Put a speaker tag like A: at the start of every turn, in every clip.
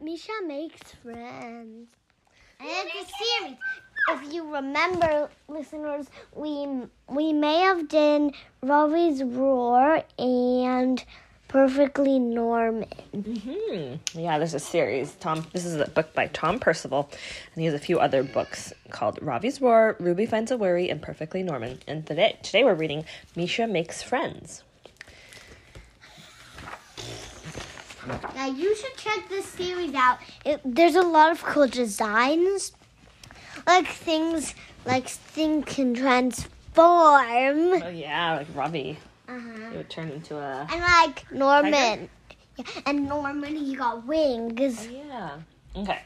A: Misha makes friends. And it's a series. If you remember, listeners, we we may have done Robbie's Roar and Perfectly Norman.
B: Hmm. Yeah, there's a series. Tom, this is a book by Tom Percival, and he has a few other books called Robbie's Roar, Ruby Finds a Worry, and Perfectly Norman. And today, today we're reading Misha Makes Friends.
A: Now you should check this series out. It, there's a lot of cool designs, like things like thing can transform.
B: Oh yeah, like Robbie,
A: Uh-huh.
B: it would turn into a
A: And like Norman. Yeah, and Norman, he got wings.
B: yeah. Okay.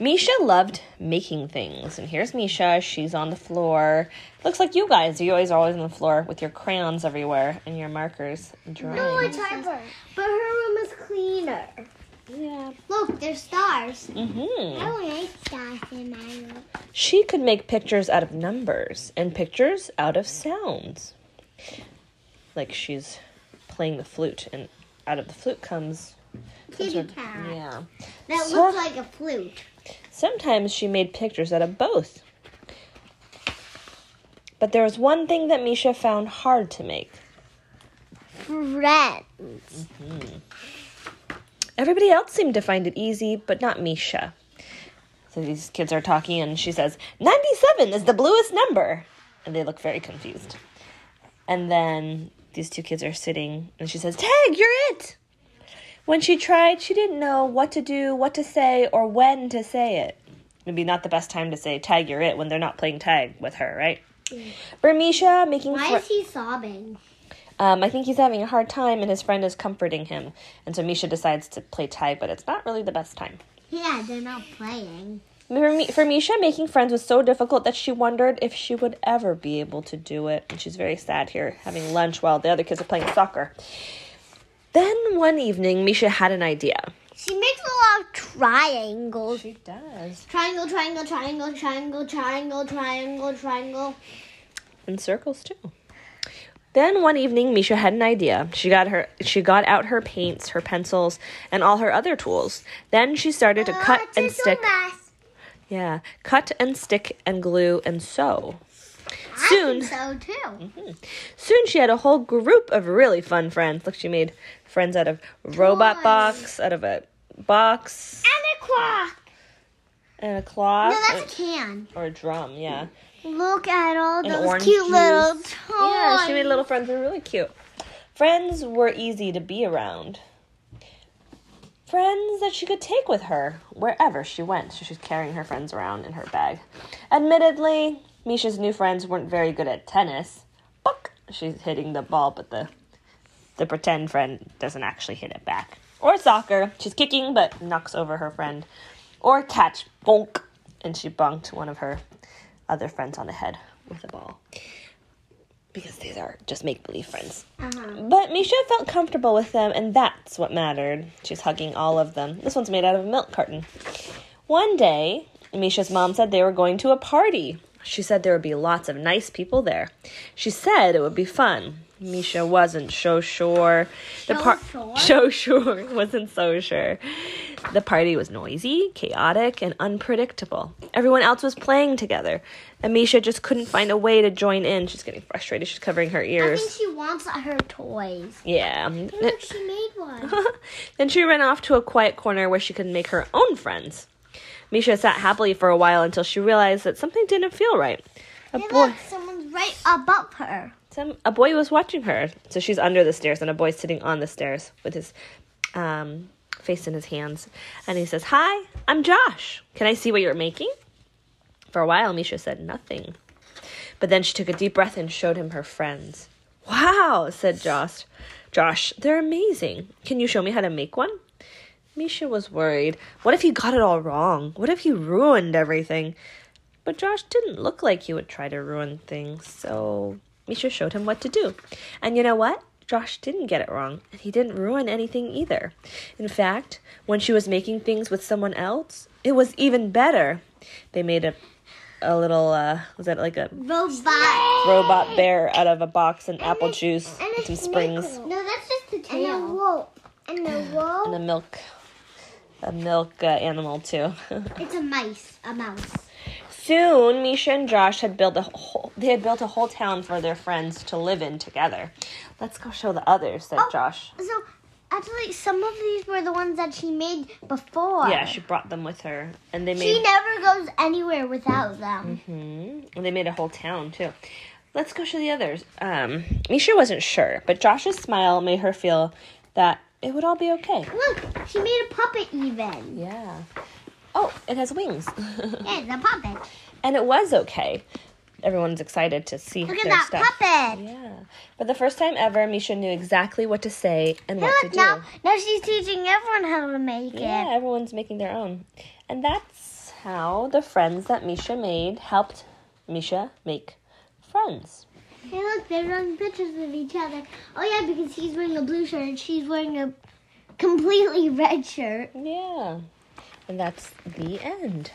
B: Misha loved making things, and here's Misha. She's on the floor. Looks like you guys. You always are always on the floor with your crayons everywhere and your markers drawing.
A: Harper. But her room is cleaner.
B: yeah.
A: Look, there's stars.
B: Mhm.
A: I like stars in my room.
B: She could make pictures out of numbers and pictures out of sounds. Like she's playing the flute, and out of the flute comes some
A: Kitty
B: sort of-
A: cat.
B: Yeah.
A: That
B: So-
A: looks like a flute.
B: Sometimes she made pictures out of both. But there was one thing that Misha found hard to make.
A: Friend.
B: Everybody else seemed to find it easy, but not Misha. So these kids are talking, and she says, 97 is the bluest number. And they look very confused. And then these two kids are sitting, and she says, Tag, you're it! When she tried, she didn't know what to do, what to say, or when to say it. It'd be not the best time to say, Tag, you're it, when they're not playing tag with her, right? For Misha, making
A: Mm. Why
B: fri-
A: is he sobbing?
B: um, I think he's having a hard time, and his friend is comforting him. And so Misha decides to play tag, but it's not really the best time.
A: Yeah, they're not playing.
B: For, Mi- for Misha, making friends was so difficult that she wondered if she would ever be able to do it. And she's very sad here, having lunch while the other kids are playing soccer. Then one evening, Misha had an idea.
A: She makes a lot of triangles.
B: She does.
A: Triangle, triangle, triangle, triangle, triangle, triangle, triangle.
B: And circles too. Then one evening, Misha had an idea. She got her she got out her paints, her pencils, and all her other tools. Then she started
A: Oh,
B: to cut and stick. Yeah, cut and stick and glue and sew. Soon, Mm-hmm.
A: so too.
B: soon she had a whole group of really fun friends. Look, she made friends out of robot
A: Toys.
B: box, out of a box
A: And a clock.
B: and a clock
A: No, that's a can.
B: or a drum. Yeah,
A: Look at all
B: And
A: those
B: orange
A: cute little toys.
B: juice. yeah, she made little friends. They're really cute. Friends were easy to be around. Friends that she could take with her wherever she went. So she's carrying her friends around in her bag. Admittedly, Misha's new friends weren't very good at tennis. Buck! She's hitting the ball, but the the pretend friend doesn't actually hit it back. Or soccer. She's kicking but knocks over her friend. Or catch. Bonk. And she bonked one of her other friends on the head with a ball. Because these are just make believe friends.
A: Uh-huh.
B: But Misha felt comfortable with them, and that's what mattered. She's hugging all of them. This one's made out of a milk carton. One day, Misha's mom said they were going to a party. She said there would be lots of nice people there. She said it would be fun. Misha wasn't so sure. The
A: sure?
B: so sure wasn't so sure. The party was noisy, chaotic, and unpredictable. Everyone else was playing together, and Misha just couldn't find a way to join in. She's getting frustrated. She's covering her
A: I
B: ears.
A: think she wants her toys.
B: Yeah.
A: Look, she made one.
B: then she ran off to a quiet corner where she could make her own friends. Misha sat happily for a while until she realized that something didn't feel right. A
A: Hey,
B: boy,
A: look, someone's right above her.
B: some, a boy was watching her. So she's under the stairs, and a boy's sitting on the stairs with his um, face in his hands. And he says, Hi, I'm Josh. Can I see what you're making? For a while, Misha said nothing. But then she took a deep breath and showed him her friends. Wow, said Josh. Josh, they're amazing. Can you show me how to make one? Misha was worried. What if he got it all wrong? What if he ruined everything? But Josh didn't look like he would try to ruin things, so Misha showed him what to do. And you know what? Josh didn't get it wrong, and he didn't ruin anything either. In fact, when she was making things with someone else, it was even better. They made a a little uh was that like a
A: Robot.
B: robot bear out of a box and apple
A: a-
B: juice and some springs
A: No, that's just the tail. And a wolf. And a wolf.
B: and a milk a milk uh, animal too.
A: It's a mice, a mouse.
B: Soon, Misha and Josh had built a whole, they had built a whole town for their friends to live in together. Let's go show the others," said
A: Oh.
B: Josh.
A: So actually, some of these were the ones that she made before.
B: Yeah, she brought them with her, and they made
A: She never goes anywhere without them.
B: hmm And they made a whole town too. Let's go show the others. Um, Misha wasn't sure, but Josh's smile made her feel that it would all be okay.
A: Look, she made a puppet even.
B: Yeah. Oh, it has wings.
A: It's a puppet.
B: and it was okay. Everyone's excited to see
A: Look
B: their
A: at that
B: stuff.
A: puppet.
B: Yeah. But the first time ever, Misha knew exactly what to say and what to
A: Look
B: do.
A: now, now she's teaching everyone how to make
B: Yeah,
A: it.
B: everyone's making their own. And that's how the friends that Misha made helped Misha make friends.
A: Hey, look, they're drawing pictures of each other. Oh yeah, because he's wearing a blue shirt and she's wearing a completely red shirt.
B: Yeah. And that's the end.